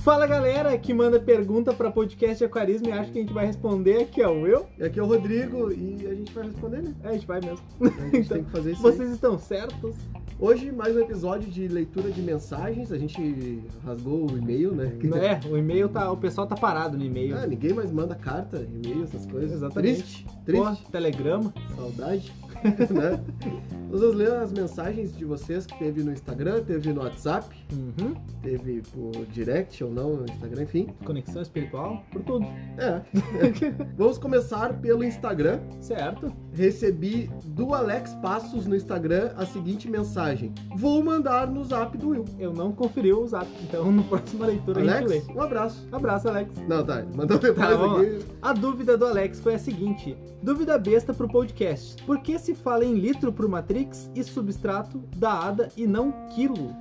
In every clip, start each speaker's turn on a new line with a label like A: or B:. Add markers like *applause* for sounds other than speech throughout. A: Fala galera que manda pergunta para podcast de aquarismo e acha que a gente vai responder, aqui é o eu,
B: E aqui é o Rodrigo e a gente vai responder, né?
A: é, a gente vai mesmo.
B: A *laughs* gente
A: Então,
B: tem que fazer isso. aí.
A: Vocês estão certos?
B: Hoje, mais um episódio de leitura de mensagens. A gente rasgou o e-mail, né?
A: É, o e-mail tá, o pessoal tá parado no e-mail.
B: Ah, ninguém mais manda carta, e-mail, essas coisas.
A: Exatamente.
B: Triste, triste,
A: Pô, telegrama.
B: saudade. *laughs* né? Nós vamos ler as mensagens de vocês que teve no Instagram, teve no WhatsApp,
A: Uhum.
B: teve por direct ou não no Instagram, enfim.
A: Conexão espiritual, por tudo.
B: *laughs* É. Vamos começar pelo Instagram.
A: Certo?
B: Recebi do Alex Passos no Instagram a seguinte mensagem: Vou mandar no zap do Will.
A: Eu não conferi o zap, então *laughs* na próxima leitura a gente
B: Alex,
A: lê.
B: um abraço.
A: Abraço, Alex.
B: Não, tá, mandou depois
A: Tá, vamos
B: aqui.
A: A dúvida do Alex foi a seguinte: dúvida besta pro podcast. Por que se fala em litro pro Matrix e substrato da ADA e não quilo?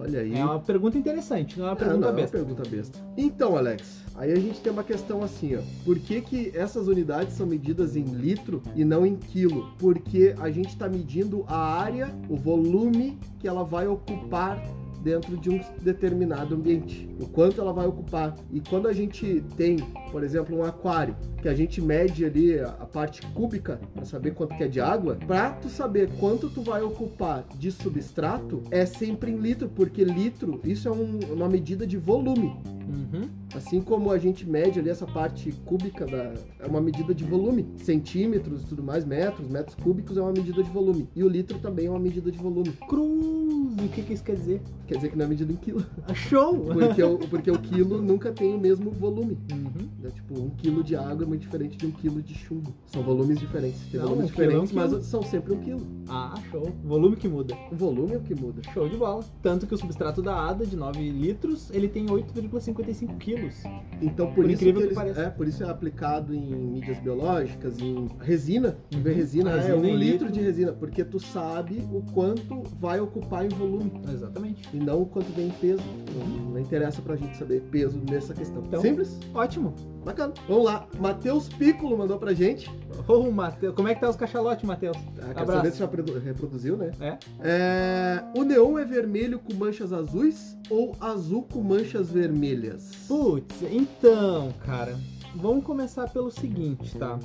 B: Olha aí.
A: É uma pergunta interessante, não é uma
B: Ah,
A: pergunta
B: não, é uma
A: besta.
B: pergunta besta. Então, Alex, aí a gente tem uma questão assim, ó. Por que que essas unidades são medidas em litro e não em quilo? Porque a gente tá medindo a área, o volume que ela vai ocupar dentro de um determinado ambiente, o quanto ela vai ocupar. E quando a gente tem, por exemplo, um aquário, que a gente mede ali a a parte cúbica para saber quanto que é de água, para tu saber quanto tu vai ocupar de substrato, é sempre em litro, porque litro, isso é um- uma medida de volume.
A: Uhum.
B: Assim como a gente mede ali essa parte cúbica da é uma medida de volume, centímetros, e tudo mais, metros, metros cúbicos é uma medida de volume. E o litro também é uma medida de volume.
A: Cruz, o que, que isso quer dizer?
B: Quer dizer que não é medida em quilo,
A: Ah, Show!
B: porque o, porque o quilo nunca tem o mesmo volume.
A: Uhum.
B: né? Tipo, um quilo de água é muito diferente de um quilo de chumbo. São volumes diferentes. Tem
A: Não,
B: volumes
A: um quilo é um
B: diferentes, mas
A: quilo.
B: são sempre um quilo.
A: Ah, show. Volume que muda.
B: O volume é o que muda.
A: Show de bola. Tanto que o substrato da ADA, de 9 litros, ele tem 8,55 quilos.
B: Então, por,
A: Por
B: isso que
A: incrível que
B: eles,
A: pareça.
B: é, por isso é aplicado em mídias biológicas, em resina. Tu vê
A: Uhum.
B: resina,
A: Ah,
B: é
A: resina
B: um
A: em
B: litro,
A: litro.
B: de resina, porque tu sabe o quanto vai ocupar em volume
A: Exatamente.
B: e não o quanto vem em peso. Então, Não, não interessa pra gente saber peso nessa questão.
A: Então-
B: Simples,
A: Ótimo.
B: bacana. Vamos lá. Matheus Piccolo mandou pra gente.
A: Ô, Matheus, como é que tá os cachalotes, Matheus?
B: Ah, quero
A: Abraço.
B: saber se já produ- reproduziu, né?
A: É.
B: É, O neon é vermelho com manchas azuis ou azul com manchas vermelhas?
A: Putz, então, cara, vamos começar pelo seguinte, tá?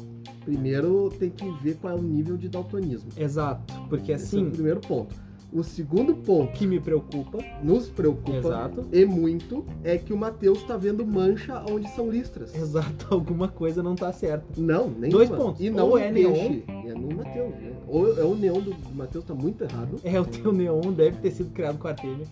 B: Primeiro tem que ver qual é o nível de daltonismo.
A: Exato, porque
B: Esse é o
A: assim,
B: primeiro ponto. O segundo
A: o
B: ponto
A: que me preocupa,
B: nos preocupa
A: Exato.
B: e muito é que o Matheus tá vendo mancha onde são
A: *laughs*
B: listras.
A: exato, alguma coisa não tá certa.
B: Não, nem
A: Dois pontos.
B: E não
A: Ou
B: no
A: é
B: peixe. É no Matheus, né? Ou é o neon do, do Matheus tá muito errado.
A: É, o teu neon deve ter sido criado com artêmia.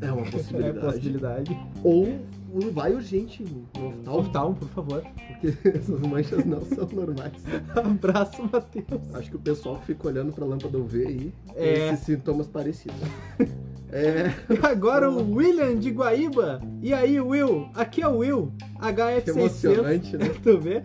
B: É uma
A: *laughs* É
B: possibilidade.
A: possibilidade.
B: Ou o vai urgente no oftalmo,
A: Oftalmo, por favor. *laughs*
B: porque *laughs* essas manchas não são normais.
A: Abraço, Matheus.
B: Acho que o pessoal que fica olhando pra lâmpada UV aí
A: É.
B: tem esses sintomas parecidos.
A: *laughs*
B: É,
A: E agora o William de Guaíba. E aí, Will? Aqui é o Will.
B: que
A: HF600.
B: emocionante, né?
A: Tu vê?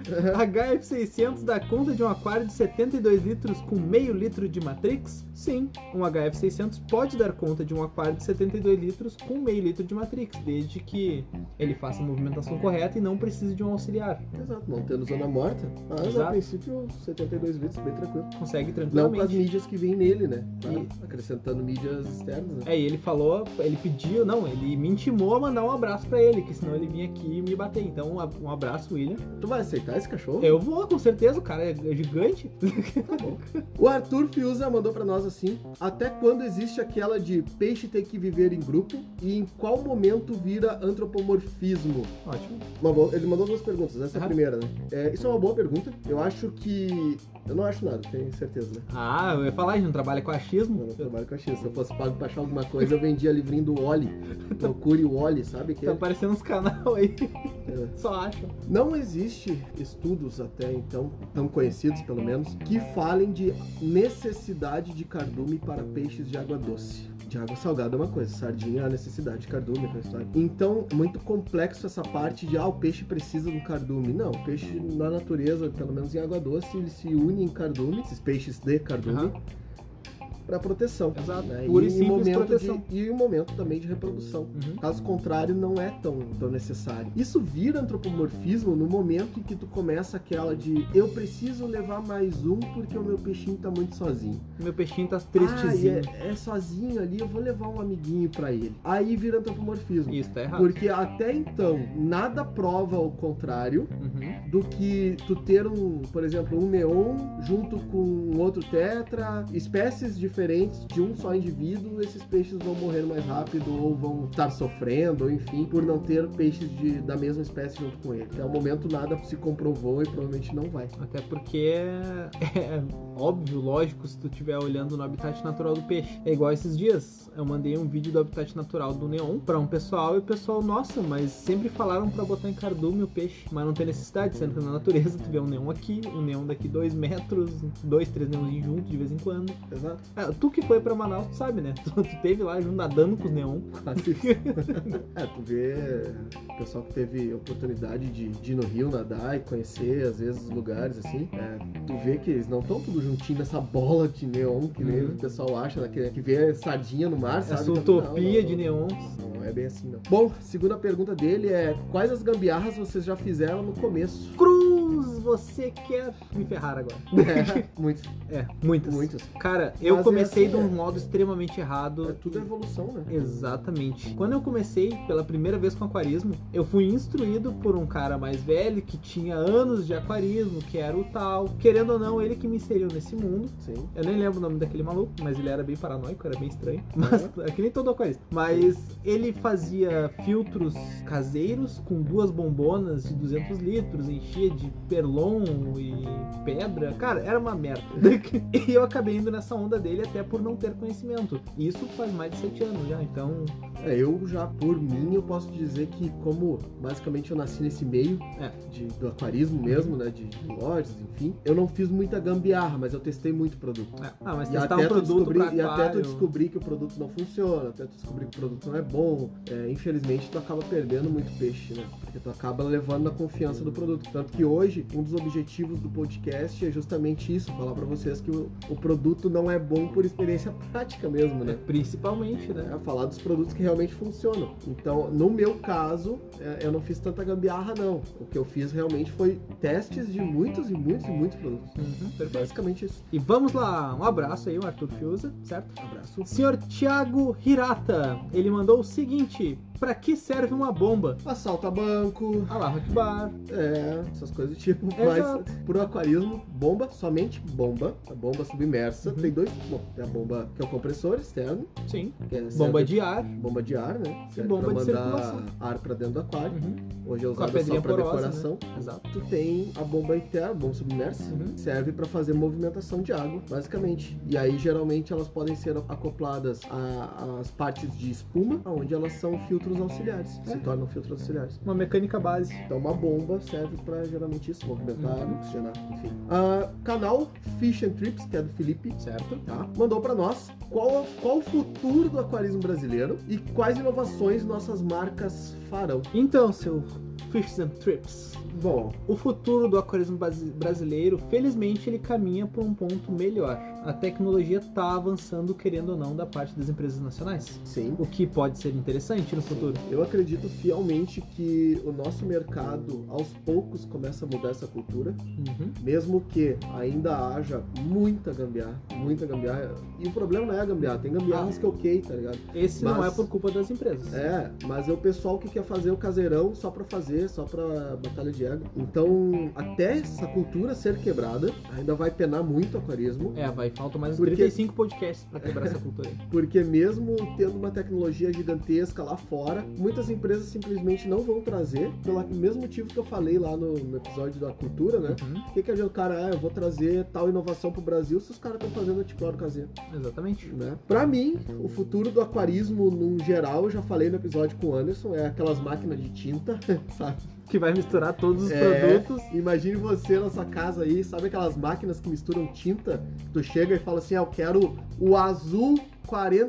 A: HF600 dá conta de um aquário de 72 litros com meio litro de Matrix? Sim, um HF600 pode dar conta de um aquário de 72 litros com meio litro de Matrix, desde que ele faça a movimentação correta e não precise de um auxiliar.
B: Exato, não tendo zona morta, mas
A: Exato.
B: a princípio 72 litros, bem tranquilo.
A: Consegue
B: Não com as
A: tranquilamente.
B: mídias que vêm nele, né? Claro, acrescentando mídias externas, né?
A: É, e ele falou, ele pediu, não, ele me intimou a mandar um abraço pra ele, que senão ele vinha aqui e me bater. Então, um ab- um abraço, William.
B: Tu vai aceitar esse cachorro?
A: Eu vou, com certeza, o cara é é gigante. *laughs*
B: O Arthur Fiuza mandou pra nós assim: Até quando existe aquela de peixe ter que viver em grupo e em qual momento vira antropomorfismo?
A: Ótimo.
B: Uma boa- ele mandou duas perguntas, essa é
A: Aham.
B: a primeira, né? É, isso é uma boa pergunta. Eu acho que. Eu não acho nada, tenho certeza, né?
A: Ah, eu ia falar, a gente não trabalha com
B: Eu
A: achismo. Tá
B: não trabalho com a China. Se eu fosse pago pra achar alguma coisa, eu vendia livrinho do Oli.
A: *laughs*
B: Procure o Oli, sabe? Que
A: Tá aparecendo uns canal aí,
B: é-
A: só acho.
B: Não existe estudos até então, tão conhecidos pelo menos, que
A: É.
B: falem de necessidade de cardume para peixes de água doce. De água salgada é uma coisa, sardinha é a necessidade de cardume, aquela história. Então, é muito complexo essa parte de, ah, o peixe precisa do cardume. Não, o peixe na natureza, pelo menos em água doce, ele se une em cardume, esses peixes de cardume.
A: Aham.
B: para proteção.
A: Exato.
B: né?
A: Pura e
B: em
A: simples
B: momento
A: proteção.
B: De, e o momento também de reprodução.
A: Uhum.
B: Caso contrário, não é tão, tão necessário. Isso vira antropomorfismo no momento em que tu começa aquela de eu preciso levar mais um porque o meu peixinho tá muito sozinho.
A: Meu peixinho tá
B: Ah,
A: tristezinho.
B: e é, é sozinho ali, eu vou levar um amiguinho pra ele. Aí vira antropomorfismo.
A: Isso, tá errado.
B: Porque até então, nada prova o contrário
A: Uhum.
B: do que tu ter um, por exemplo, um neon junto com um outro tetra, espécies diferentes de um só indivíduo, esses peixes vão morrer mais rápido ou vão estar sofrendo, ou enfim, por não ter peixes de, da mesma espécie junto com ele. Até o momento nada se comprovou e provavelmente não vai.
A: Até porque é, é óbvio, lógico, se tu estiver olhando no habitat natural do peixe. É igual esses dias. Eu mandei um vídeo do habitat natural do neon pra um pessoal e o pessoal, nossa, mas sempre falaram pra botar em cardume o peixe. Mas não tem necessidade, sendo que na natureza tu vê um neon aqui, um neon daqui dois metros, dois, três neons juntos de vez em quando.
B: Exato.
A: Ah, tu que foi pra Manaus, tu sabe, né? *laughs* Tu, tu teve lá junto nadando com os neon.
B: Quase isso. *laughs* é, tu vê o pessoal que teve oportunidade de, de ir no Rio nadar e conhecer, às vezes, os lugares assim. é, tu vê que eles não estão tudo juntinho nessa bola de neon que nem
A: Uhum.
B: o pessoal acha, né, que, que vê sardinha no mar, sabe?
A: Essa
B: Não, né?
A: utopia
B: não,
A: de
B: não.
A: neons.
B: Não é bem assim, não. Bom, segunda pergunta dele é: quais as gambiarras vocês já fizeram no começo? *laughs*
A: Cruz, você quer me ferrar agora?
B: É, muitos,
A: É, muitas.
B: muitos.
A: Cara, eu
B: Mas é
A: comecei de
B: assim,
A: um
B: é.
A: modo extremamente errado.
B: É tudo evolução, né?
A: Exatamente. Quando eu comecei pela primeira vez com aquarismo, eu fui instruído por um cara mais velho que tinha anos de aquarismo, que era o tal. Querendo ou não, ele que me inseriu nesse mundo.
B: Sim.
A: Eu nem lembro o nome daquele maluco, mas ele era bem paranoico, era bem estranho. Mas é que nem todo aquarista. Mas ele fazia filtros caseiros com duas bombonas de 200 litros, enchia de perlon e pedra. Cara, era uma merda. *laughs* E eu acabei indo nessa onda dele até por não ter conhecimento. E Isso faz mais de 7 anos já, então.
B: É, eu já, por mim, eu posso dizer que como basicamente eu nasci nesse meio
A: É.
B: de, do aquarismo mesmo, né? De, de lojas, enfim, eu não fiz muita gambiarra, mas eu testei muito produto.
A: é. Ah, mas
B: E
A: testar
B: até,
A: um
B: tu
A: produto
B: descobrir,
A: pra
B: e até tu
A: aquário-
B: descobrir que o produto não funciona, até tu descobrir que o produto não é bom, é, infelizmente tu acaba perdendo muito peixe, né? Porque tu acaba levando na confiança do produto. Tanto que hoje, um dos objetivos do podcast é justamente isso, falar pra vocês que o, o produto não é bom por experiência prática mesmo, né?
A: É, Principalmente, né?
B: né, falar dos produtos que realmente funcionam. Então, no meu caso, é, eu não fiz tanta gambiarra, não. O que eu fiz realmente foi testes de muitos e muitos e muitos produtos.
A: Uhum, perfeito.
B: Basicamente isso.
A: E vamos lá, um abraço aí, o Arthur Fiuza, certo?
B: Abraço.
A: Senhor Thiago Hirata, ele mandou o seguinte: pra que serve uma bomba?
B: Assalta banco,
A: Ah lá, Rock Bar.
B: é, essas coisas do tipo.
A: Exato.
B: Mas pro aquarismo, bomba, somente bomba. A bomba submersa.
A: Uhum.
B: Tem dois. Bom, tem a bomba que é o compressor externo,
A: Sim.
B: que é
A: Bomba
B: serve-
A: de Uhum. ar.
B: bomba de ar, né? Serve
A: bomba
B: pra
A: de
B: mandar
A: circulação.
B: ar pra dentro do aquário.
A: Uhum,
B: Hoje é
A: Com a
B: usado só
A: pedrinha
B: pra
A: porosa.
B: decoração.
A: né? Exato.
B: Tu tem a bomba interna, a bomba submersa,
A: Uhum.
B: serve para fazer movimentação de água, basicamente. E aí, geralmente, elas podem ser acopladas a- às partes de espuma, onde elas são filtros auxiliares,
A: É.
B: se tornam filtros auxiliares.
A: Uma mecânica base.
B: Então, uma bomba serve para geralmente isso, movimentar
A: Uhum.
B: água, oxigenar, enfim. Ah, canal Fish and Trips, que é do Felipe,
A: Certo?
B: tá? mandou para nós qual, a- qual o futuro do aquarismo brasileiro e quais inovações nossas marcas farão.
A: Então, seu Fish and Trips.
B: Bom,
A: O futuro do aquarismo basi- brasileiro, felizmente, ele caminha para um ponto melhor. A tecnologia está avançando, querendo ou não, da parte das empresas nacionais.
B: sim.
A: O que pode ser interessante no futuro.
B: Eu acredito fielmente que o nosso mercado, aos poucos, começa a mudar essa cultura,
A: Uhum.
B: mesmo que ainda haja muita gambiarra, muita gambiarra. E o problema não é a gambiarra, tem gambiarras que ok, tá ligado?
A: Esse não
B: Mas-
A: é por culpa das empresas.
B: É, mas é o pessoal que quer fazer o caseirão só pra fazer, só pra batalha de ego. Então, até essa cultura ser quebrada, ainda vai penar muito o aquarismo,
A: É, vai, faltam mais uns
B: Porque-
A: 35 podcasts pra quebrar essa cultura aí.
B: porque mesmo tendo uma tecnologia gigantesca lá fora, muitas empresas simplesmente não vão trazer, pelo mesmo motivo que eu falei lá no, no episódio da cultura, né?
A: Uhum,
B: O que, que adianta o cara, ah, eu vou trazer tal inovação pro Brasil se os caras estão fazendo anticloro caseiro,
A: Exatamente.
B: né? Pra mim, o futuro do aquarismo, num geral, eu já falei no episódio com o Anderson, é aquelas máquinas de tinta, *laughs* sabe?
A: Que vai misturar todos os
B: É.
A: produtos.
B: Imagine você na sua casa aí, sabe aquelas máquinas que misturam tinta? Tu chega e fala assim, ah, eu quero o azul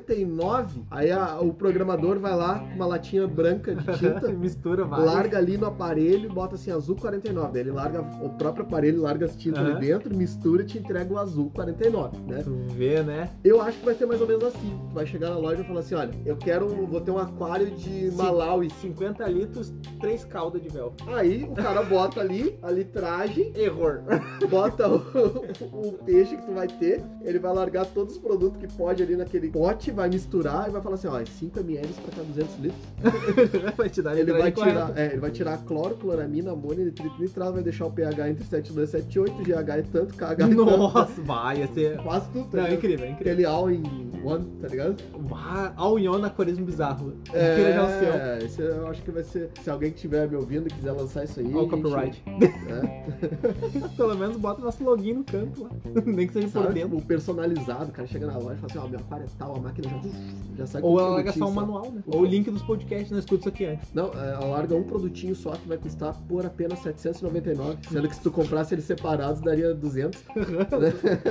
B: 49, aí a- o programador vai lá com uma latinha branca de tinta,
A: *laughs* Mistura várias.
B: larga ali no aparelho, bota assim azul 49. Daí ele larga o próprio aparelho, larga as tintas
A: Aham.
B: ali dentro, mistura e te entrega o azul 49, né?
A: Tu vê, né?
B: Eu acho que vai ser mais ou menos assim. Tu vai chegar na loja e falar assim: olha, eu quero, vou ter um aquário de
A: Sim.
B: Malawi.
A: 50 litros, 3 caldas de véu.
B: Aí o cara bota ali a litragem,
A: Error. *laughs*
B: bota o, o peixe que tu vai ter, ele vai largar todos os produtos que pode ali naquele pote, vai misturar e vai falar assim: ó, é 5 ml pra cá 200 litros.
A: vai te dar a
B: Ele vai,
A: litragem correta.
B: tirar, é, ele vai tirar cloro, cloramina, amônia, nitrito, nitrato, vai deixar o pH entre 72 e 78, GH é tanto, KH é tanto.
A: Nossa, vai, ia ser.
B: Quase tudo, tá
A: Não, é
B: ligado?
A: incrível, é incrível.
B: Aquele all in one, tá ligado?
A: Bah, Olha o ionacorismo bizarro. Queira já o céu.
B: É, esse eu acho que vai ser. Se alguém que estiver me ouvindo e quiser lançar isso aí.
A: Olha o
B: gente,
A: copyright.
B: né?
A: *laughs* Pelo menos bota nosso login no canto lá. *laughs* Nem que seja por
B: Sabe,
A: dentro.
B: tipo, personalizado, o cara chega na loja e fala assim: ó, meu aquário é tal, a máquina já, já sai com
A: Ou
B: um
A: ela larga
B: produtinho
A: só o manual, né? Ou o link dos podcasts, não escuta isso aqui antes.
B: Não, é, ela larga um produtinho só que vai custar por apenas 799. Sendo que se tu comprasse eles separados, daria 200.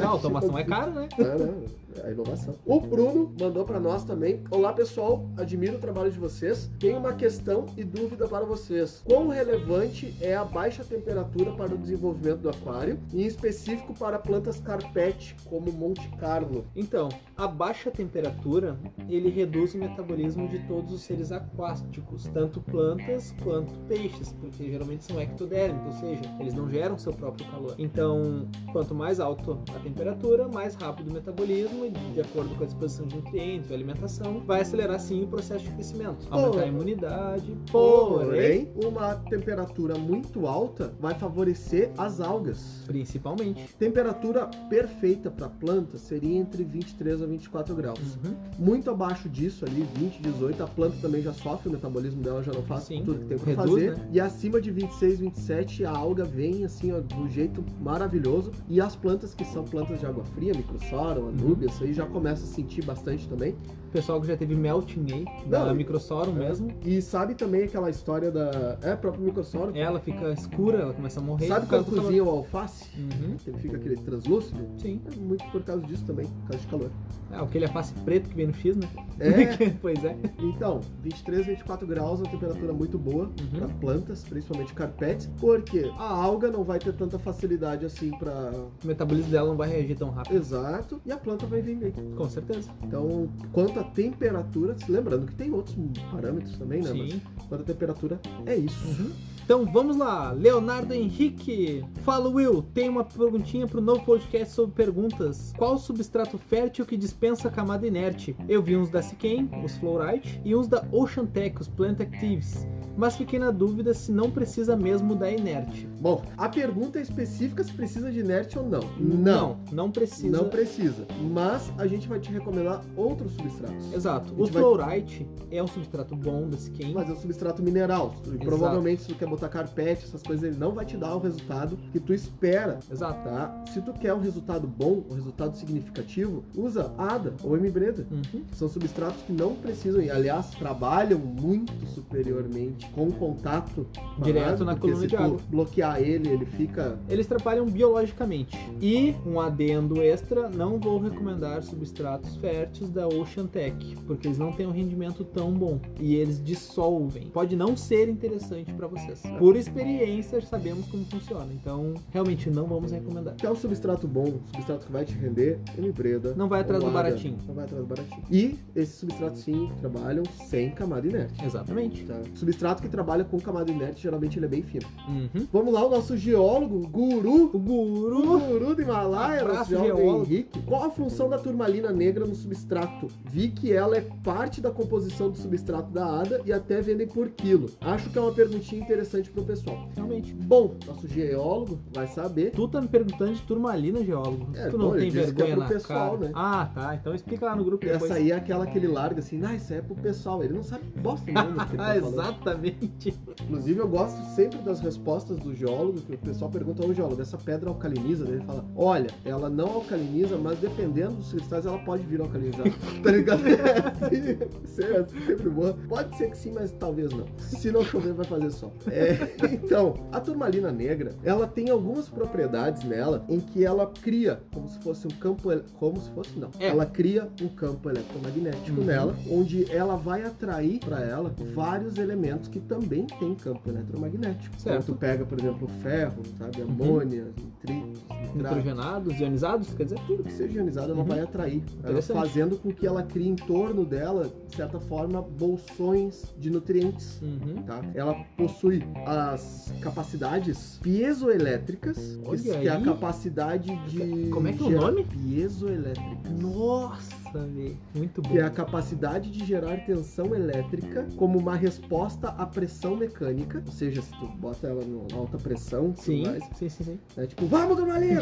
A: A automação é cara, né?
B: É, né? É a inovação. O Bruno mandou pra nós também. Olá, pessoal. Admiro o trabalho de vocês. Tenho uma questão e dúvida para vocês. Quão relevante é a baixa temperatura para o desenvolvimento do aquário? E em específico para plantas carpete, como Monte Carlo.
A: Então, a baixa temperatura, ele reduz o metabolismo de todos os seres aquáticos, tanto plantas quanto peixes, porque geralmente são ectodérmicos, ou seja, eles não geram seu próprio calor. Então, quanto mais alta a temperatura, mais rápido o metabolismo, e de acordo com a disposição de nutrientes e alimentação, vai acelerar sim o processo de crescimento, aumentar a imunidade, porém,
B: Porém, uma temperatura muito alta vai favorecer as algas.
A: principalmente.
B: Temperatura perfeita para planta seria entre 23 a 24 graus.
A: Uhum.
B: Muito abaixo disso, ali, 20, 18, a planta também já sofre, o metabolismo dela já não faz
A: Sim.
B: tudo que tem pra
A: Reduz,
B: fazer.
A: né?
B: E acima de 26, 27, a alga vem assim, ó, do jeito maravilhoso. E as plantas que são plantas de água fria,
A: Uhum.
B: microsorum, anúbia, isso aí já começa a sentir bastante também.
A: O pessoal que já teve melting aí, da
B: Não, e-
A: Microsorum mesmo,
B: E sabe também aquela história da. É, próprio microsorum.
A: ela fica escura, ela começa a morrer.
B: Sabe
A: por
B: quando
A: causa do calor.
B: cozinha o alface?
A: Uhum,
B: Ele fica aquele translúcido?
A: sim.
B: É muito por causa disso também, por causa
A: *laughs*
B: de calor.
A: Ah, aquele alface preto que vem no X, né? *laughs*
B: É,
A: pois é.
B: então, 23, 24 graus, uma temperatura muito boa. para
A: Uhum.
B: plantas, principalmente carpetes, porque a alga não vai ter tanta facilidade assim para
A: O metabolismo dela não vai reagir tão rápido.
B: exato e a planta vai vender.
A: Com certeza.
B: Então, quanto à temperatura, lembrando que tem outros parâmetros também, né?
A: Sim.
B: Mas quanto à temperatura é isso.
A: Uhum. Então vamos lá. Leonardo Henrique. Fala, Will. Tem uma perguntinha pro novo podcast sobre perguntas. Qual substrato fértil que dispensa a camada inerte? Eu vi uns da Siquem, os Fluorite, e uns da Ocean Tech, os Plant Actives. Mas fiquei na dúvida se não precisa mesmo da inerte.
B: Bom, a pergunta é específica se precisa de inerte ou não.
A: Não, não precisa.
B: Não precisa, mas a gente vai te recomendar outros substratos.
A: Exato.
B: A
A: O
B: gente vai-
A: Fluorite é um substrato bom da Siquem.
B: Mas é um substrato mineral. Provavelmente, se tu quer botar carpete, essas coisas, ele não vai te dar o resultado que tu espera
A: Exato.
B: tá? Se tu quer um resultado bom, um resultado significativo, usa ADA ou MBreda.
A: Uhum.
B: São substratos que não precisam, e aliás, trabalham muito superiormente com contato com a
A: Direto
B: água,
A: na
B: porque
A: coluna
B: se
A: de
B: tu
A: água.
B: bloquear ele, ele fica.
A: Eles trabalham biologicamente.
B: Uhum.
A: E um adendo extra, não vou recomendar substratos férteis da Ocean Tech, porque eles não têm um rendimento tão bom e eles dissolvem. Pode não ser interessante para vocês. Por experiência, sabemos como funciona, então realmente não vamos recomendar.
B: Quer um substrato bom, um substrato que vai te render, MBreda.
A: Não vai atrás
B: ou
A: do
B: ADA.
A: baratinho.
B: Não vai atrás do baratinho. E esses substratos sim trabalham sem camada inerte.
A: Exatamente.
B: tá? Substrato que trabalha com camada inerte, geralmente ele é bem fino.
A: Uhum.
B: Vamos lá, o nosso geólogo, guru,
A: O
B: O
A: guru.
B: Guru do Himalaia,
A: Abraço,
B: nosso jovem
A: geólogo.
B: Henrique. Qual a função da turmalina negra no substrato? Vi que ela é parte da composição do substrato da ADA e até vendem por quilo. Acho que é uma perguntinha interessante pro pessoal.
A: Realmente.
B: Bom, nosso geólogo vai saber.
A: Tu tá me perguntando de turmalina, geólogo.
B: É,
A: tu não
B: bom, eu
A: tem
B: disse que é
A: vergonha
B: pro
A: na
B: pessoal,
A: cara.
B: né?
A: Ah, tá. Então explica lá no grupo depois.
B: Essa aí é aquela que ele larga assim, ah, isso aí é pro pessoal. Ele não sabe bosta nenhuma do que ele tá
A: *laughs* Ah,
B: falando.
A: exatamente. Exatamente.
B: Inclusive, eu gosto sempre das respostas do geólogo, que o pessoal pergunta ao geólogo, essa pedra alcaliniza? Daí Ele fala, olha, ela não alcaliniza, mas dependendo dos cristais, ela pode vir a alcalinizar. *laughs* tá ligado? É assim, sempre, assim, sempre boa. Pode ser que sim, mas talvez não. Se não chover, vai fazer sol. É, *laughs* então, a turmalina negra, ela tem algumas propriedades nela em que ela cria como se fosse um campo... ele- Como se fosse, não.
A: É.
B: Ela cria um campo eletromagnético
A: Uhum.
B: nela, onde ela vai atrair para ela vários elementos que também têm campo eletromagnético.
A: Certo. Uhum.
B: Então, tu pega, por exemplo, ferro, sabe? Amônia, nitritos, nitratos.
A: Nitrogenados, ionizados, quer dizer tudo.
B: Tudo que seja ionizado, ela
A: Uhum.
B: vai atrair, ela
A: Interessante.
B: fazendo com que ela crie em torno dela, de certa forma, bolsões de nutrientes.
A: Uhum.
B: Tá? Ela possui as capacidades piezoelétricas, que,
A: Olha
B: que é a
A: aí.
B: capacidade de.
A: Como é que é o
B: gerar-
A: nome?
B: Piezoelétricas.
A: Nossa, velho. Muito bom.
B: que é a capacidade de gerar tensão elétrica como uma resposta à pressão mecânica, ou seja, se tu bota ela no- na alta pressão, tudo
A: Sim,
B: mais,
A: sim, sim, sim.
B: né? tipo,
A: *laughs*
B: vamos, turmalina!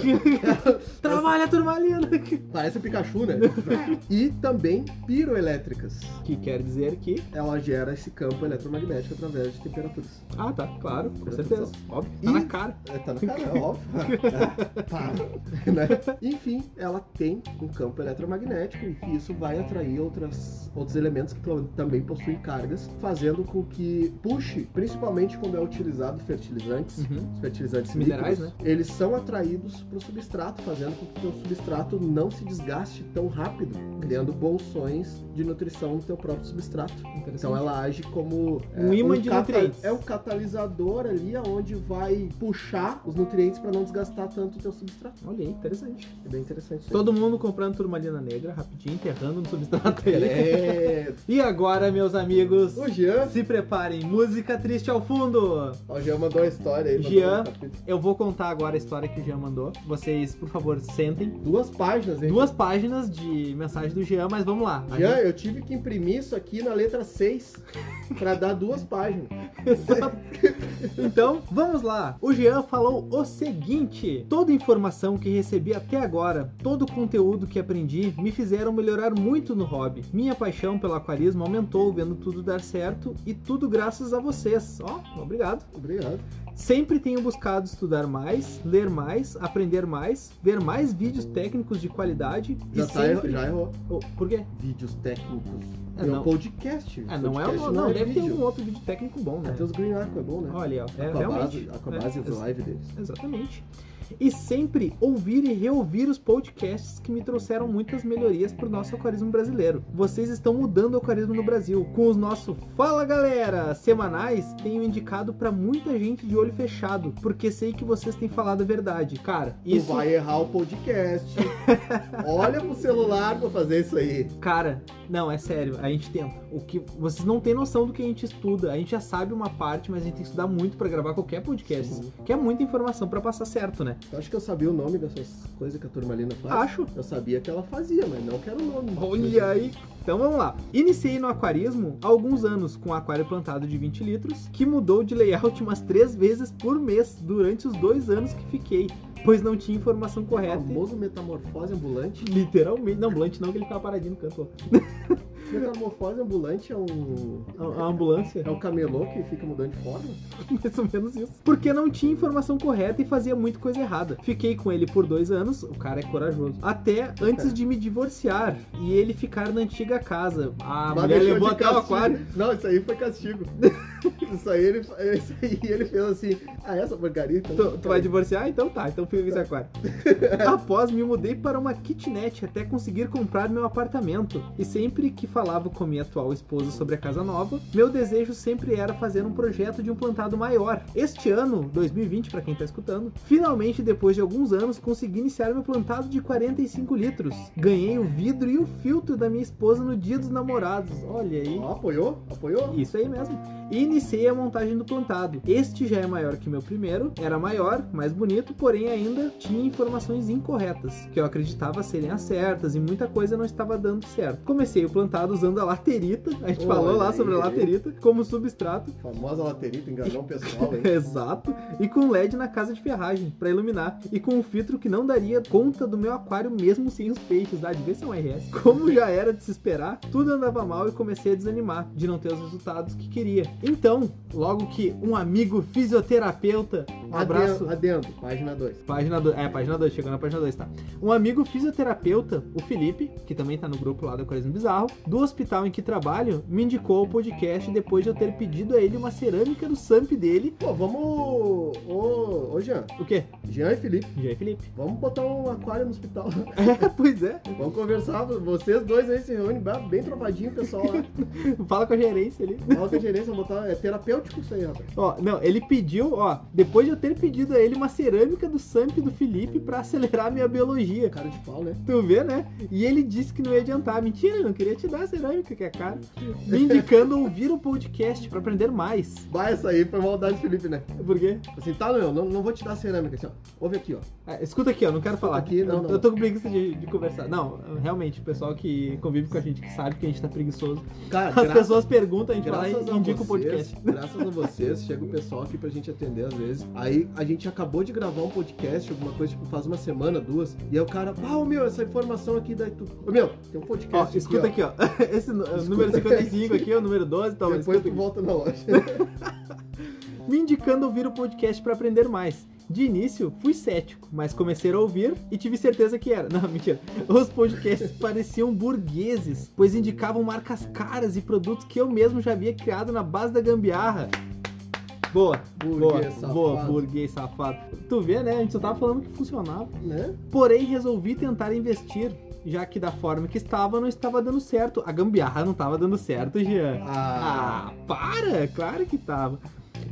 A: Trabalha, turmalina!
B: Parece o Pikachu, né? e também piroelétricas.
A: Que quer dizer que.
B: Ela gera esse campo eletromagnético através de temperaturas.
A: Ah, tá, claro, com certeza. Óbvio. Tá
B: E-
A: na cara.
B: É, tá na cara, é óbvio. Tá, né? Enfim, ela tem um campo eletromagnético e que isso vai atrair outras, outros elementos que tam- também possuem cargas, fazendo com que puxe, principalmente quando é utilizado fertilizantes.
A: Uhum.
B: os Fertilizantes
A: Minerais,
B: líquidos, Eles são atraídos para o substrato, fazendo com que o substrato não se desgaste tão rápido, criando bolsões de nutrição no teu próprio substrato.
A: Uhum. Interessante.
B: Então ela age como
A: Um imã de
B: cata-
A: nutrientes.
B: É um catalisador ali aonde vai puxar os nutrientes para não desgastar tanto o teu substrato.
A: Olha aí, interessante.
B: É bem interessante. isso aí.
A: Todo mundo comprando turmalina negra, rapidinho, enterrando no substrato aí.
B: *laughs* é.
A: E agora, meus amigos,
B: O Jean,
A: se preparem, música triste ao fundo!
B: ó, o Jean mandou uma história aí. mandou
A: Jean.
B: um capítulo.
A: Eu vou contar agora a história que o Jean mandou. Vocês, por favor, sentem.
B: Duas páginas, hein?
A: Duas páginas de mensagem do Jean, mas vamos lá. A
B: Jean, eu tive que imprimir isso aqui na letra *laughs* 6 para dar duas páginas. *laughs*
A: Exato. Então, vamos lá. O Jean falou o seguinte: toda informação que recebi até agora, todo o conteúdo que aprendi, me fizeram melhorar muito no hobby. Minha paixão pelo aquarismo aumentou vendo tudo dar certo e tudo graças a vocês. Ó, obrigado.
B: Obrigado.
A: Sempre tenho buscado estudar mais, ler mais, aprender mais, ver mais vídeos técnicos de qualidade
B: Já,
A: e
B: tá, erro-
A: sempre.
B: já errou.
A: Oh, por quê?
B: Vídeos técnicos.
A: É,
B: É, um
A: não.
B: podcast.
A: Ah, não é
B: Podcast
A: o não, deve ter
B: vídeo.
A: um outro vídeo técnico bom, né?
B: Até os Green Arco é bom, né?
A: Olha, aí, ó. é
B: com a base,
A: realmente.
B: com a base
A: é,
B: do live deles.
A: Exatamente. E sempre ouvir e reouvir os podcasts que me trouxeram muitas melhorias pro nosso aquarismo brasileiro. Vocês estão mudando o aquarismo no Brasil. Com os nossos Fala Galera semanais, tenho indicado pra muita gente de olho fechado, porque sei que vocês têm falado a verdade. Cara, isso.
B: Tu vai errar
A: *laughs*
B: o podcast. Olha pro celular pra fazer isso aí.
A: Cara, não, é sério, a gente tenta. O que vocês não têm noção do que a gente estuda. A gente já sabe uma parte, mas a gente tem que estudar muito pra gravar qualquer podcast.
B: Sim.
A: Que é muita informação pra passar certo, né?
B: Tipo, Eu acho que eu sabia o nome dessas coisas que a turmalina faz.
A: Acho.
B: Eu sabia que ela fazia, mas não que era o nome.
A: Olha aí. Então vamos lá. Iniciei no aquarismo há alguns anos com um aquário plantado de 20 litros, que mudou de layout umas três vezes por mês durante os dois anos que fiquei, pois não tinha informação
B: O
A: correta.
B: famoso metamorfose ambulante.
A: Literalmente, não, Blunt não, que ele ficava paradinho no canto.
B: Metamorfose ambulante é um.
A: ó. A, a ambulância. *laughs*
B: É um camelô que fica mudando de forma?
A: Mais ou menos isso. Porque não tinha informação correta e fazia muita coisa errada. Fiquei com ele por dois anos, o cara é corajoso. Até antes de me divorciar e ele ficar na antiga casa. A
B: Mas
A: mulher
B: deixou
A: levou
B: de
A: até o
B: castigo.
A: aquário.
B: Não, isso aí foi
A: *laughs*
B: castigo. isso, aí ele, isso aí ele fez assim. Ah, essa porcaria. então
A: Tu, tu
B: fica
A: vai
B: aí."
A: divorciar? Então tá, então fica com esse aquário. Após, me mudei para uma kitnet até conseguir comprar meu apartamento. E sempre que falava com minha atual esposa sobre a casa nova, meu desejo sempre era fazer um projeto de um plantado maior. Este ano, 2020, para quem tá escutando, finalmente, depois de alguns anos, consegui iniciar meu plantado de 45 litros. Ganhei o vidro e o filtro da minha esposa no dia dos namorados. Olha aí.
B: Ó, apoiou? Apoiou?
A: Isso aí mesmo. E iniciei a montagem do plantado. Este já é maior que meu primeiro, era maior, mais bonito, porém ainda tinha informações incorretas, que eu acreditava serem as certas e muita coisa não estava dando certo. Comecei o plantado estudados usando a laterita. A gente
B: Olha
A: falou lá
B: aí.
A: sobre a laterita como substrato.
B: Famosa laterita, enganou o pessoal, hein?
A: *laughs* Exato. E com LED na casa de ferragem pra iluminar. E com um filtro que não daria conta do meu aquário mesmo sem os peixes. Ah, devia ser um RS. Como já era de se esperar, tudo andava mal e comecei a desanimar de não ter os resultados que queria. Então, logo que um amigo fisioterapeuta. Um abraço.
B: Adendo, adendo, página 2.
A: Página 2, é, página 2, chegando na página 2, tá? Um amigo fisioterapeuta, o Felipe, que também tá no grupo lá do Aquarismo Bizarro, do hospital em que trabalho, me indicou o podcast depois de eu ter pedido a ele uma cerâmica do Samp dele.
B: Pô, vamos. Ô, ô Jean,
A: O quê?
B: Jean e Felipe,
A: E aí, Felipe?
B: vamos botar um aquário no hospital.
A: *laughs*
B: *laughs*
A: É, pois é.
B: Vamos conversar, vocês dois aí se reúnem bem- bem trocadinho, pessoal. lá.
A: Fala com a gerência ali.
B: Alta gerência, botar. É terapêutico isso aí, rapaz. Tá
A: Ó, não, ele pediu, ó, depois de eu ter pedido a ele uma cerâmica do Samp do Felipe pra acelerar a minha biologia.
B: Cara de pau, né?
A: Tu vê, né? E ele disse que não ia adiantar. Mentira, ele não queria te dar a cerâmica, que é caro. Me indicando ouvir o podcast pra aprender mais.
B: Vai, essa aí foi maldade do Felipe, né?
A: Por quê?
B: Assim, tá, meu, não, não vou te dar cerâmica, assim, ó. Ouve aqui, ó.
A: Ah, escuta aqui, ó, não quero falar.
B: aqui, não,
A: eu,
B: não.
A: eu tô com preguiça de, de conversar. Não, realmente, o pessoal que convive com a gente, que sabe que a gente tá preguiçoso.
B: Cara,
A: As
B: gra-
A: pessoas perguntam, a gente fala e
B: graças a
A: indica o
B: vocês,
A: podcast.
B: graças a vocês, chega o pessoal aqui pra gente atender às vezes. Aí a gente acabou de gravar um podcast, alguma coisa, tipo, faz uma semana, duas, e aí o cara, pau, meu, essa informação aqui daí tu. Ô, meu, tem um
A: Ó,
B: podcast.
A: escuta
B: aqui.
A: aqui, ó. *laughs* Esse nu- número 55 aqui, é o número 12 e
B: ó.
A: tal.
B: Depois
A: escuta
B: tu
A: aqui.
B: volta na loja.
A: me indicando ouvir o podcast pra aprender mais. De início, fui cético, mas comecei a ouvir e tive certeza que era. *laughs* Não, mentira. Os podcasts pareciam burgueses, pois indicavam marcas caras e produtos que eu mesmo já havia criado na base da gambiarra. Boa, *laughs* boa,
B: Burguês, safado.
A: boa, burguês safado. Tu vê, né? A gente só tava falando que funcionava.
B: Né?
A: Porém, resolvi tentar investir, já que da forma que estava, não estava dando certo. A gambiarra não estava dando certo, Jean.
B: Ah,
A: Ah, para! Claro que tava.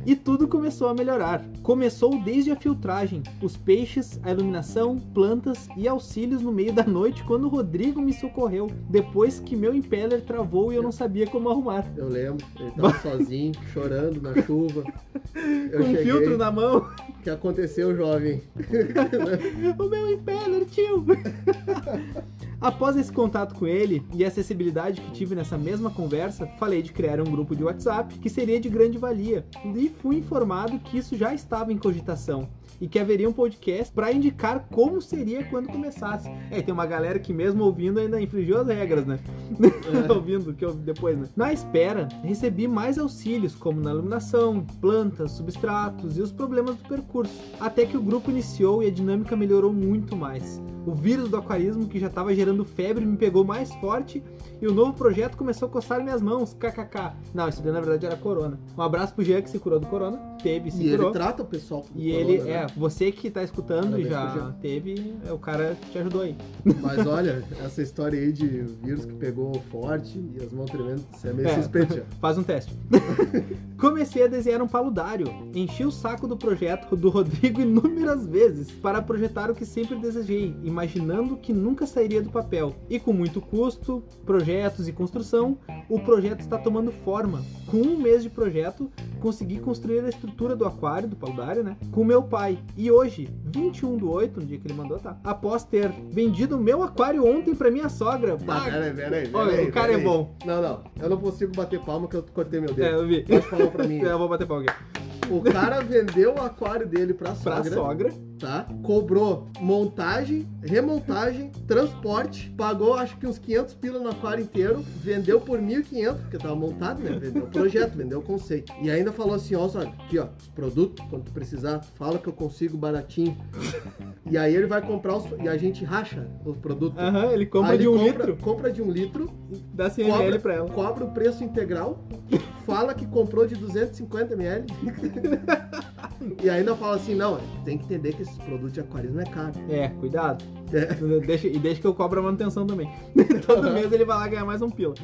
A: E tudo começou a melhorar. Começou desde a filtragem, os peixes, a iluminação, plantas e auxílios no meio da noite quando o Rodrigo me socorreu, depois que meu impeller travou e eu não sabia como arrumar.
B: eu lembro, ele tava sozinho, chorando na
A: *laughs*
B: chuva. Eu
A: Com um
B: cheguei,
A: filtro na mão.
B: O que aconteceu, jovem?
A: O meu impeller, tio! *laughs* Após esse contato com ele e a acessibilidade que tive nessa mesma conversa, falei de criar um grupo de WhatsApp que seria de grande valia e fui informado que isso já estava em cogitação e que haveria um podcast para indicar como seria quando começasse. É, tem uma galera que mesmo ouvindo ainda infringiu as regras, né? *laughs*
B: É.
A: ouvindo o que eu depois, né? Na espera, recebi mais auxílios, como na iluminação, plantas, substratos e os problemas do percurso. Até que o grupo iniciou e a dinâmica melhorou muito mais. O vírus do aquarismo, que já estava gerando febre, me pegou mais forte e o novo projeto começou a coçar minhas mãos. KKK. Não, isso daí na verdade era corona. Um abraço pro Jean que se curou do corona. Teve, se
B: E ele
A: curou.
B: trata o pessoal. com
A: E ele,
B: corona,
A: é,
B: né?
A: você que tá escutando e
B: Parabéns pro
A: já
B: Jean.
A: teve, é, o cara te ajudou aí.
B: Mas olha, essa história aí de vírus que pegou forte e as mãos tremendo, você é meio
A: É. *laughs*
B: suspeito. já.
A: Faz um
B: *laughs*
A: teste. Comecei a desenhar um paludário. Enchi o saco do projeto do Rodrigo inúmeras vezes para projetar o que sempre desejei, imaginando que nunca sairia do papel. E com muito custo, projetos e construção, o projeto está tomando forma. Com um mês de projeto, consegui construir a estrutura do aquário, do paludário, né? Com meu pai. E um hoje, 21 do 8, no dia que ele mandou, tá? Após ter vendido o meu aquário ontem para minha sogra.
B: Tá,
A: Ah,
B: peraí, peraí, peraí.
A: olha, o cara é
B: peraí.
A: bom.
B: Não, não, eu não consigo bater palma que eu cortei meu
A: É,
B: dedo.
A: eu vi.
B: Pode falar
A: *laughs*
B: pra mim.
A: Eu vou bater pau aqui.
B: O cara vendeu o aquário dele pra
A: Pra
B: sogra,
A: sogra.
B: tá? Cobrou montagem, remontagem, transporte, pagou acho que uns 500 pila no aquário inteiro, vendeu por 1.500, porque tava montado, né? Vendeu o projeto, *laughs* vendeu o conceito. E ainda falou assim, ó, sogra, aqui ó, produto, quando tu precisar, fala que eu consigo baratinho. E aí ele vai comprar os, e a gente racha o produto.
A: Aham, ele compra
B: Aí
A: de
B: ele
A: um
B: compra,
A: litro,
B: Compra de um litro,
A: dá 100 ml pra ela.
B: cobra o preço integral, fala que comprou de
A: *laughs*
B: 250 ml. e ainda fala assim, não, tem que entender que esse produto de aquarismo é caro.
A: É, cuidado.
B: É.
A: Deixa, e deixa que eu cobro a manutenção também. *laughs* Todo
B: Aham.
A: mês ele vai lá ganhar mais um pila.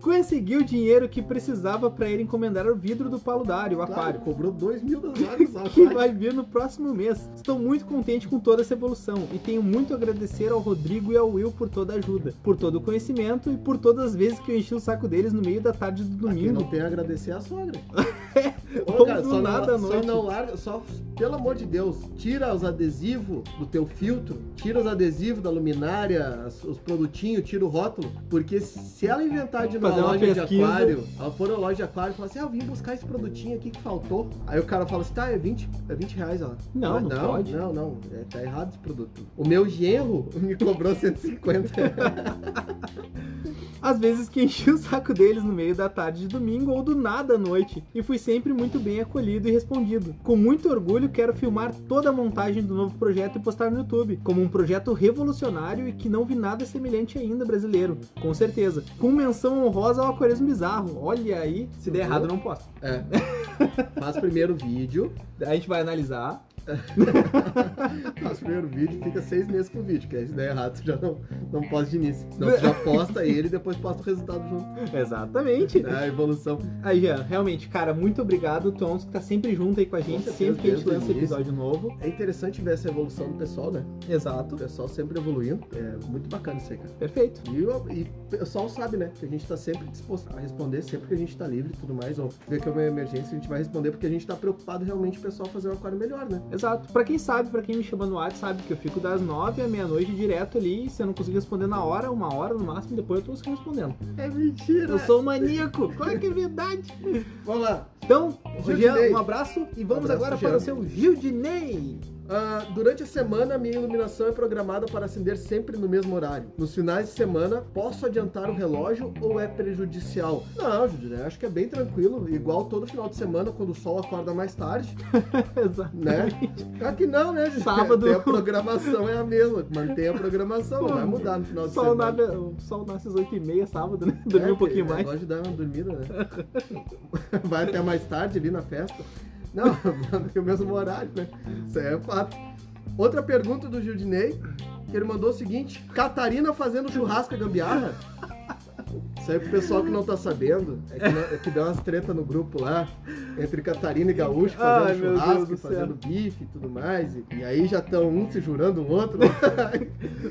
A: Consegui o dinheiro que precisava pra ele encomendar o vidro do paludário, o
B: Claro,
A: aquário.
B: cobrou 2 mil das
A: *laughs*
B: vagas lá,
A: Que
B: vai.
A: vai vir no próximo mês. Estou muito contente com toda essa evolução e tenho muito a agradecer ao Rodrigo e ao Will por toda a ajuda, por todo o conhecimento e por todas as vezes que eu enchi o saco deles no meio da tarde do
B: Ah, Quem
A: domingo. *laughs*
B: não tem a agradecer é a sogra.
A: Ou
B: Ô, cara,
A: do
B: só,
A: nada à
B: não, só
A: noite.
B: não larga, só, pelo amor de Deus, tira os adesivos do teu filtro, tira os adesivos da luminária, as- os produtinhos, tira o rótulo, porque se ela inventar de ir numa
A: Fazer uma
B: loja de
A: pesquisa.
B: aquário, ela for na loja de aquário e falar assim, ah, eu vim buscar esse produtinho aqui que faltou. Aí o cara fala assim, tá, é 20, é 20 reais, ó.
A: Não,
B: Mas
A: não
B: não,
A: pode.
B: não, não, é, tá errado esse produto. O meu genro *laughs* me cobrou 150.
A: Às vezes que enchi o saco deles no meio da tarde de domingo ou do nada à noite, e fui sempre muito bem acolhido e respondido. Com muito orgulho, quero filmar toda a montagem do novo projeto e postar no YouTube, como um projeto revolucionário e que não vi nada semelhante ainda brasileiro, com certeza. Com menção honrosa ao aquarismo bizarro. Olha aí, se der
B: Uhum.
A: errado, não posso.
B: é. *laughs* Faz primeiro vídeo,
A: A gente vai analisar.
B: Faz o primeiro vídeo, fica seis meses com o vídeo, que aí se der errado, tu já não, não posta de início. Senão tu já posta ele e depois posta o resultado junto.
A: Exatamente.
B: É a evolução.
A: Aí, Jean, realmente, cara, muito obrigado, Tons, que tá sempre junto aí com a gente,
B: certeza,
A: sempre que a gente
B: desde o
A: lança
B: início.
A: episódio novo.
B: É interessante ver essa evolução do pessoal, né? O
A: Exato.
B: pessoal sempre evoluindo. É muito bacana isso aí, cara.
A: Perfeito.
B: E o e o pessoal sabe, né? Que a gente tá sempre disposto a responder, sempre que a gente tá livre e tudo mais. Ou ver que é uma emergência, a gente vai responder porque a gente tá preocupado realmente o pessoal fazer um aquário melhor, né?
A: Exato. Pra quem sabe, pra quem me chama no WhatsApp, sabe que eu fico das nove à meia-noite direto ali, e se eu não conseguir responder na hora, uma hora no máximo, depois eu tô respondendo.
B: É mentira!
A: Eu sou um maníaco, qual é que é verdade?
B: Vamos lá!
A: Então,
B: Gildinei.
A: Jean, um abraço e vamos
B: abraço,
A: agora
B: Jean.
A: para o seu Gildinei.
B: *laughs* Ah, durante a semana, minha iluminação é programada para acender sempre no mesmo horário. Nos finais de semana, posso adiantar o relógio ou é prejudicial? Não, Júlio, acho que é bem tranquilo. Igual todo final de semana, quando o sol acorda mais tarde,
A: Exato.
B: né? Claro que não, né, Júlio?
A: Sábado.
B: Até a programação é a mesma. Mantém a programação, não vai mudar no final
A: O
B: de
A: sol,
B: semana.
A: nasce, o sol nasce às oito e meia sábado, né?
B: É,
A: Dormir um pouquinho mais.
B: Pode dar uma dormida, né? *laughs* Vai até mais tarde ali na festa. Não, *laughs* mantém o mesmo horário, né? Isso aí é fato. Outra pergunta do Gildinei, que ele mandou o seguinte: Catarina fazendo churrasco e gambiarra? Isso aí pro pessoal que não tá sabendo, é que, não- é que deu umas treta no grupo lá, entre Catarina e Gaúcho fazendo
A: Ai, meu Deus
B: churrasco,
A: do céu.
B: fazendo bife e tudo mais. E, e aí já estão um se jurando
A: *laughs*
B: o outro.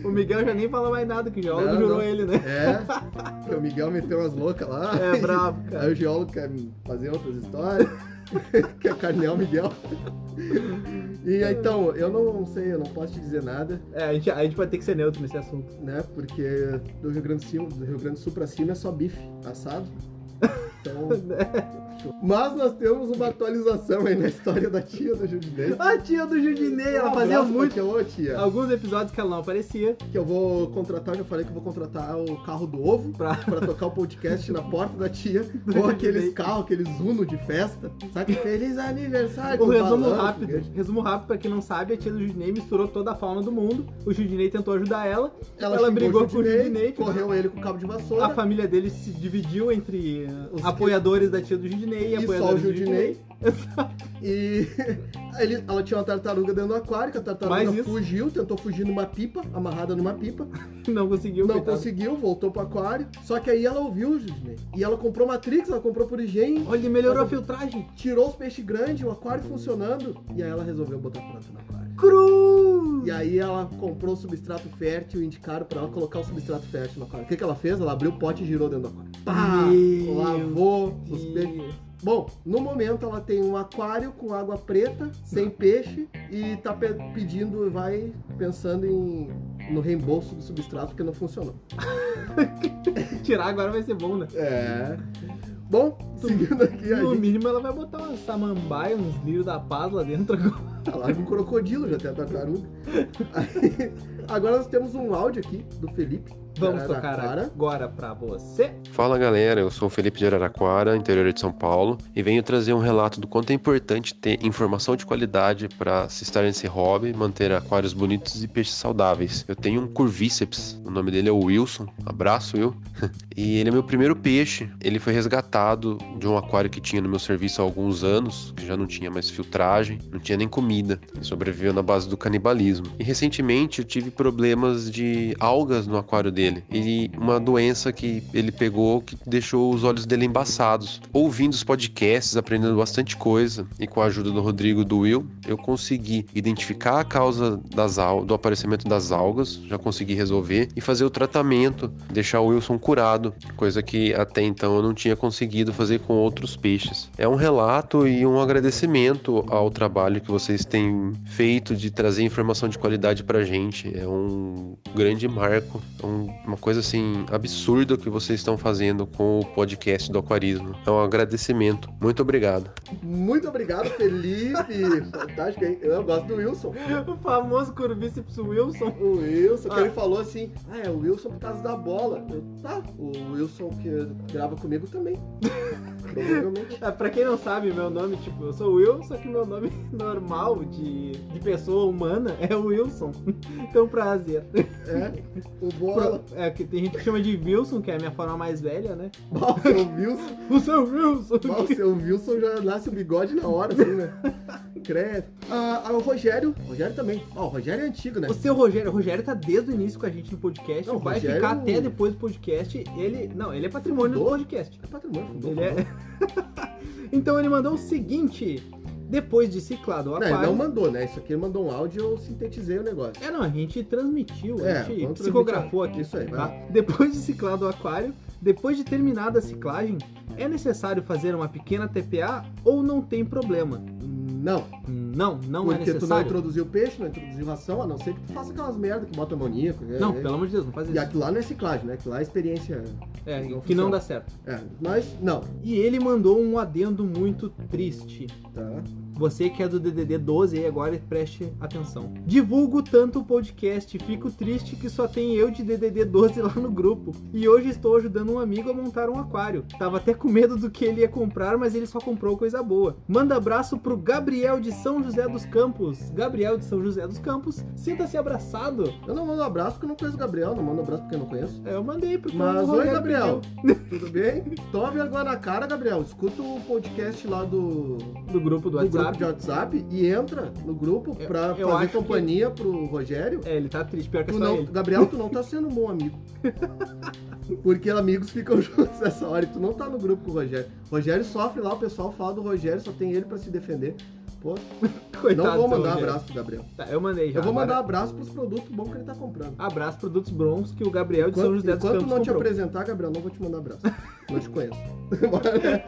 A: O Miguel já nem fala mais nada, que o geólogo
B: Não,
A: jurou
B: não.
A: ele, né?
B: É, porque o Miguel meteu umas loucas lá. *laughs*
A: É bravo, cara.
B: Aí o geólogo quer fazer outras histórias, *laughs* quer carnear o Miguel. E aí, então, eu não sei, eu não posso te dizer nada,
A: É, a gente, a gente vai ter que ser neutro nesse assunto.
B: né? Porque do Rio Grande do Sul, do Rio Grande do Sul pra cima é só bife assado.
A: *laughs*
B: Então.
A: Né?
B: Mas nós temos uma atualização aí na história da tia do Judinei.
A: A Ah, tia do Judinei,
B: É Um
A: ela fazia
B: abraço pra
A: muito.
B: Tia, ô, tia.
A: Alguns episódios que ela não aparecia.
B: Que eu vou contratar, eu já falei que eu vou contratar o carro do ovo
A: Pra-
B: pra, tocar o podcast na porta da
A: *laughs*
B: tia. Ou aqueles carros, aqueles Uno de festa. Sabe? Feliz aniversário!
A: Um
B: com
A: resumo
B: balanço,
A: rápido.
B: gente.
A: Resumo rápido, pra quem não sabe, a tia do Judinei misturou toda a fauna do mundo. O Judinei tentou ajudar ela.
B: Ela,
A: Ela brigou
B: brigou
A: com
B: com
A: o
B: o
A: Judinei.
B: Judinei, correu ele com o cabo de vassoura.
A: A família dele se dividiu entre eh,
B: Os que-
A: apoiadores da tia do Judinei e,
B: E só o
A: apoiadores do
B: Judinei.
A: Judinei.
B: E *laughs* ele- ela tinha uma tartaruga dentro do aquário, que a
A: Mais
B: tartaruga
A: isso.
B: fugiu, tentou fugir numa pipa, amarrada numa pipa.
A: Não conseguiu,
B: não
A: coitado.
B: conseguiu, voltou pro aquário. Só que aí ela ouviu o Judinei. E ela comprou Matrix, ela comprou por higiene.
A: Olha, ele melhorou a
B: Nossa.
A: filtragem.
B: Tirou os peixes grandes, o aquário funcionando. E aí ela resolveu botar planta no aquário.
A: Cruz!
B: E aí ela comprou o substrato fértil e indicaram pra ela colocar o substrato fértil no aquário. O que, que ela fez? Ela abriu o pote e girou dentro do aquário. Pá!
A: Meu
B: lavou os
A: Deus.
B: peixes. Bom, no momento ela tem um aquário com água preta, sem peixe, e tá pe- pedindo, vai pensando em no reembolso do substrato porque não funcionou.
A: Tirar agora vai ser bom, né?
B: É. Bom, seguindo aqui, a
A: no
B: gente
A: mínimo ela vai botar uma samambaia, uns lírios da paz lá dentro *laughs* agora.
B: tá lá com um crocodilo, já tem a tartaruga. Aí, agora nós temos um áudio aqui do Felipe. de
A: Vamos tocar
B: Araraquara.
A: agora pra você.
C: Fala galera, eu sou o Felipe de Araraquara, interior de São Paulo, e venho trazer um relato do quanto é importante ter informação de qualidade para se estar nesse hobby, manter aquários bonitos e peixes saudáveis. Eu tenho um curvíceps, o nome dele é Wilson, abraço Will, e ele é meu primeiro peixe. Ele foi resgatado de um aquário que tinha no meu serviço há alguns anos, que já não tinha mais filtragem, não tinha nem comida. Ele sobreviveu na base do canibalismo. E recentemente eu tive problemas de algas no aquário dele. E uma doença que ele pegou que deixou os olhos dele embaçados. Ouvindo os podcasts, aprendendo bastante coisa e com a ajuda do Rodrigo e do Will, eu consegui identificar a causa das do aparecimento das algas, já consegui resolver e fazer o tratamento, deixar o Wilson curado, coisa que até então eu não tinha conseguido fazer com outros peixes. É um relato e um agradecimento ao trabalho que vocês têm feito de trazer informação de qualidade pra gente. É um grande marco, é um, uma coisa assim absurda que vocês estão fazendo com o podcast do aquarismo. É um agradecimento. Muito obrigado.
B: Muito obrigado, Felipe. Fantástico, hein? Eu gosto do Wilson.
A: O famoso curvíceps Wilson.
B: O Wilson, que
A: Ah.
B: ele falou assim: Ah, é o Wilson por causa da bola. Eu, tá, o Wilson que grava comigo também. Provavelmente.
A: Ah, pra quem não sabe, meu nome, tipo, eu sou Will, só que meu nome *laughs* normal de, de pessoa humana é Wilson. *laughs* Então, prazer.
B: É, o bola.
A: Pro- é, que tem gente que chama de Wilson, que é a minha forma mais velha, né?
B: Bah, *laughs* o seu Wilson.
A: O seu Wilson!
B: bah, o seu Wilson já nasce o bigode na hora, assim, né? Credo. Ah, ah, o Rogério. O Rogério também. Ó, o Rogério é antigo, né?
A: O seu Rogério, o Rogério tá desde o início com a gente no podcast,
B: Não, o
A: vai
B: Rogério- é um
A: ficar até depois do podcast. Ele, não, ele é patrimônio do
B: Fundou?
A: podcast.
B: É patrimônio, fundou.
A: Ele é-
B: fundou.
A: Então ele mandou o seguinte: depois de ciclado o
B: Não, ele
A: aquário.
B: não mandou, né? Isso aqui ele mandou um áudio e eu sintetizei o negócio.
A: É, não, a gente transmitiu,
B: É,
A: a gente
B: vamos
A: psicografou aqui.
B: Isso aí, vai
A: tá?
B: lá.
A: Depois de ciclado o aquário, depois de terminada a ciclagem, é necessário fazer uma pequena TPA ou não tem problema?
B: Não,
A: Não, não é
B: porque tu não
A: necessário.
B: introduziu peixe, não introduziu ração, a não ser que tu faça aquelas merda que bota amoníaco. né?
A: Não, pelo amor de Deus, não faz
B: E
A: isso.
B: aquilo lá não é ciclagem, né? Aquilo lá é experiência.
A: É,
B: não
A: que não
B: funciona.
A: dá certo.
B: É, mas não,
A: E ele mandou um adendo muito triste.
B: tá?
A: Você que é do DDD 12 aí agora, preste atenção. Divulgo tanto o podcast, fico triste que só tem eu de DDD 12 lá no grupo. E hoje estou ajudando um amigo a montar um aquário. Tava até com medo do que ele ia comprar, mas ele só comprou coisa boa. Manda abraço pro Gabriel de São José dos Campos. Gabriel de São José dos Campos, sinta-se abraçado.
B: Eu não mando abraço porque eu não conheço o Gabriel, não mando abraço porque eu não conheço.
A: É, Eu mandei pro
B: Mas
A: o
B: oi,
A: Rogério
B: Gabriel. *laughs* Tudo bem? Toma vergonha na cara, Gabriel. Escuta o podcast lá do,
A: pediu, Do grupo do,
B: do grupo
A: WhatsApp.
B: de WhatsApp e entra no grupo
A: Eu-
B: pra
A: eu
B: fazer
A: acho
B: companhia pro Rogério.
A: É, ele tá triste, pior que é
B: Tu
A: só
B: não-
A: ele.
B: Gabriel, tu não tá sendo um bom amigo. Porque amigos ficam *laughs* juntos nessa hora e tu não tá no grupo com o Rogério. O Rogério sofre lá, o pessoal fala do Rogério, só tem ele pra se defender. Pô,
A: Coitado
B: não
A: do seu
B: vou mandar
A: Rogério.
B: abraço pro Gabriel.
A: Tá, eu mandei já.
B: Eu vou
A: agora.
B: mandar abraço pros produtos bons que ele tá comprando.
A: Abraço Produtos Brons, que o Gabriel de São
B: Enquanto,
A: José dos
B: enquanto
A: Campos
B: não te
A: comprou.
B: apresentar, Gabriel, não vou te mandar abraço. Não te conheço. *laughs*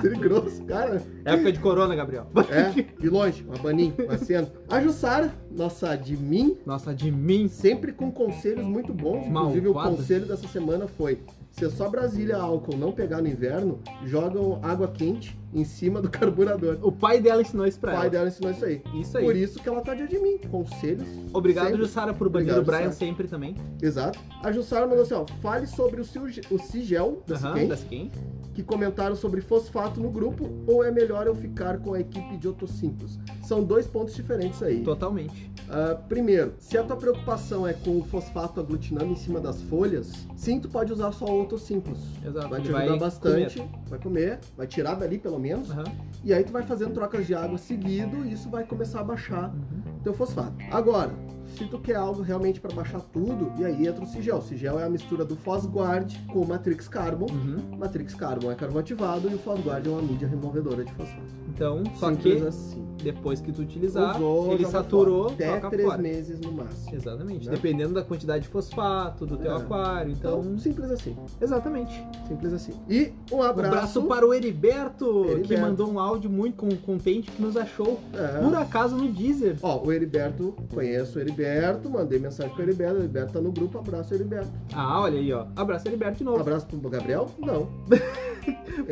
B: Trigrosso, cara.
A: Época de corona, Gabriel.
B: É, e longe, uma baninha, uma cena. A Jussara, nossa admin,
A: Nossa, de mim.
B: sempre com conselhos muito bons. Inclusive,
A: Malvada.
B: o conselho dessa semana foi: se é só Brasília álcool não pegar no inverno, jogam água quente em cima do *laughs* carburador.
A: O pai dela ensinou isso
B: O
A: pra
B: pai
A: ela.
B: dela ensinou isso aí.
A: Isso aí.
B: Por isso que ela tá de admin. Conselhos
A: Obrigado,
B: sempre.
A: Jussara, por banir
B: Obrigado,
A: o Brian
B: Jussara.
A: sempre também.
B: Exato. A Jussara mandou assim, ó, fale sobre o, sil- o sigel da
A: Aham,
B: Siquem,
A: da Siquem.
B: que comentaram sobre fosfato no grupo, ou é melhor eu ficar com a equipe de Otossíntose? São dois pontos diferentes aí.
A: Totalmente.
B: Ah, primeiro, se a tua preocupação é com o fosfato aglutinando em cima das folhas, sim, tu pode usar só o Otossíntose.
A: Exato.
B: Vai
A: ele
B: te ajudar bastante, vai comer, vai tirar dali pelo
A: comer.
B: menos,
A: Aham.
B: e aí tu vai fazendo trocas de água seguido e isso vai começar a baixar
A: Uhum.
B: teu fosfato. Agora, se tu quer algo realmente para baixar tudo, e aí entra o Sigel. O Sigel é a mistura do Fosguard com o Matrix Carbon.
A: Uhum.
B: Matrix Carbon é carvão ativado e o Fosguard é uma mídia removedora de fosfato.
A: Então, só
B: Simples
A: que
B: assim.
A: depois que tu utilizar,
B: Usou,
A: ele
B: joga
A: saturou,
B: fora. até
A: toca
B: três
A: fora.
B: meses no máximo.
A: Exatamente.
B: Né?
A: Dependendo da quantidade de fosfato, do teu
B: É.
A: aquário. Então,
B: Então, simples assim,
A: exatamente.
B: simples assim. E um
A: Um
B: abraço,
A: abraço para o Heriberto, que
B: Heriberto.
A: mandou um áudio muito con- contente que nos achou,
B: É.
A: por acaso, no Deezer.
B: Ó, o Heriberto, conheço o Heriberto, mandei mensagem pro Heriberto, o Heriberto tá no grupo, abraço Heriberto.
A: Ah, olha aí, ó. Abraço Heriberto de novo.
B: Abraço pro Gabriel? Não.
A: *laughs*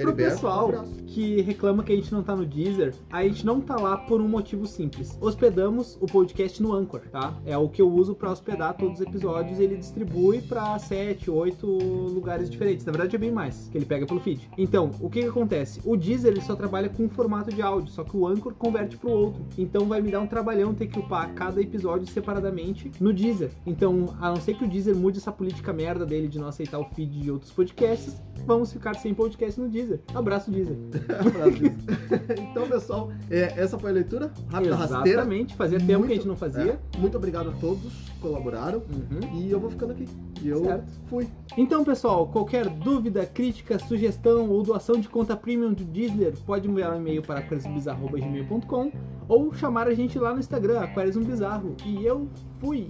A: Pro pessoal
B: abraço. *laughs*
A: que reclama que a gente não tá no Deezer, a gente não tá lá por um motivo simples. Hospedamos o podcast no Anchor, tá? É o que eu uso pra hospedar todos os episódios e ele distribui pra 7, 8 lugares diferentes. Na verdade é bem mais, que ele pega pelo feed. Então, o que que acontece? O Deezer ele só trabalha com um formato de áudio, só que o Anchor converte pro outro. Então vai me dar um trabalhão ter que upar cada episódio separadamente no Deezer. Então, a não ser que o Deezer mude essa política merda dele de não aceitar o feed de outros podcasts, vamos ficar sem podcast no Deezer. Abraço, Deezer.
B: *laughs* então, pessoal, é, essa foi a leitura rápida rasteira.
A: Exatamente, fazia tempo
B: Muito-
A: que a gente não fazia.
B: É, muito obrigado a todos que colaboraram.
A: Uhum.
B: E eu vou ficando aqui. E eu
A: Certo.
B: fui.
A: Então, pessoal, qualquer dúvida, crítica, sugestão ou doação de conta premium do Deezer, pode enviar um e-mail para aquaresbizarro.gmail.com ou um chamar a gente lá no Instagram, Aquarismo Bizarro. E eu fui!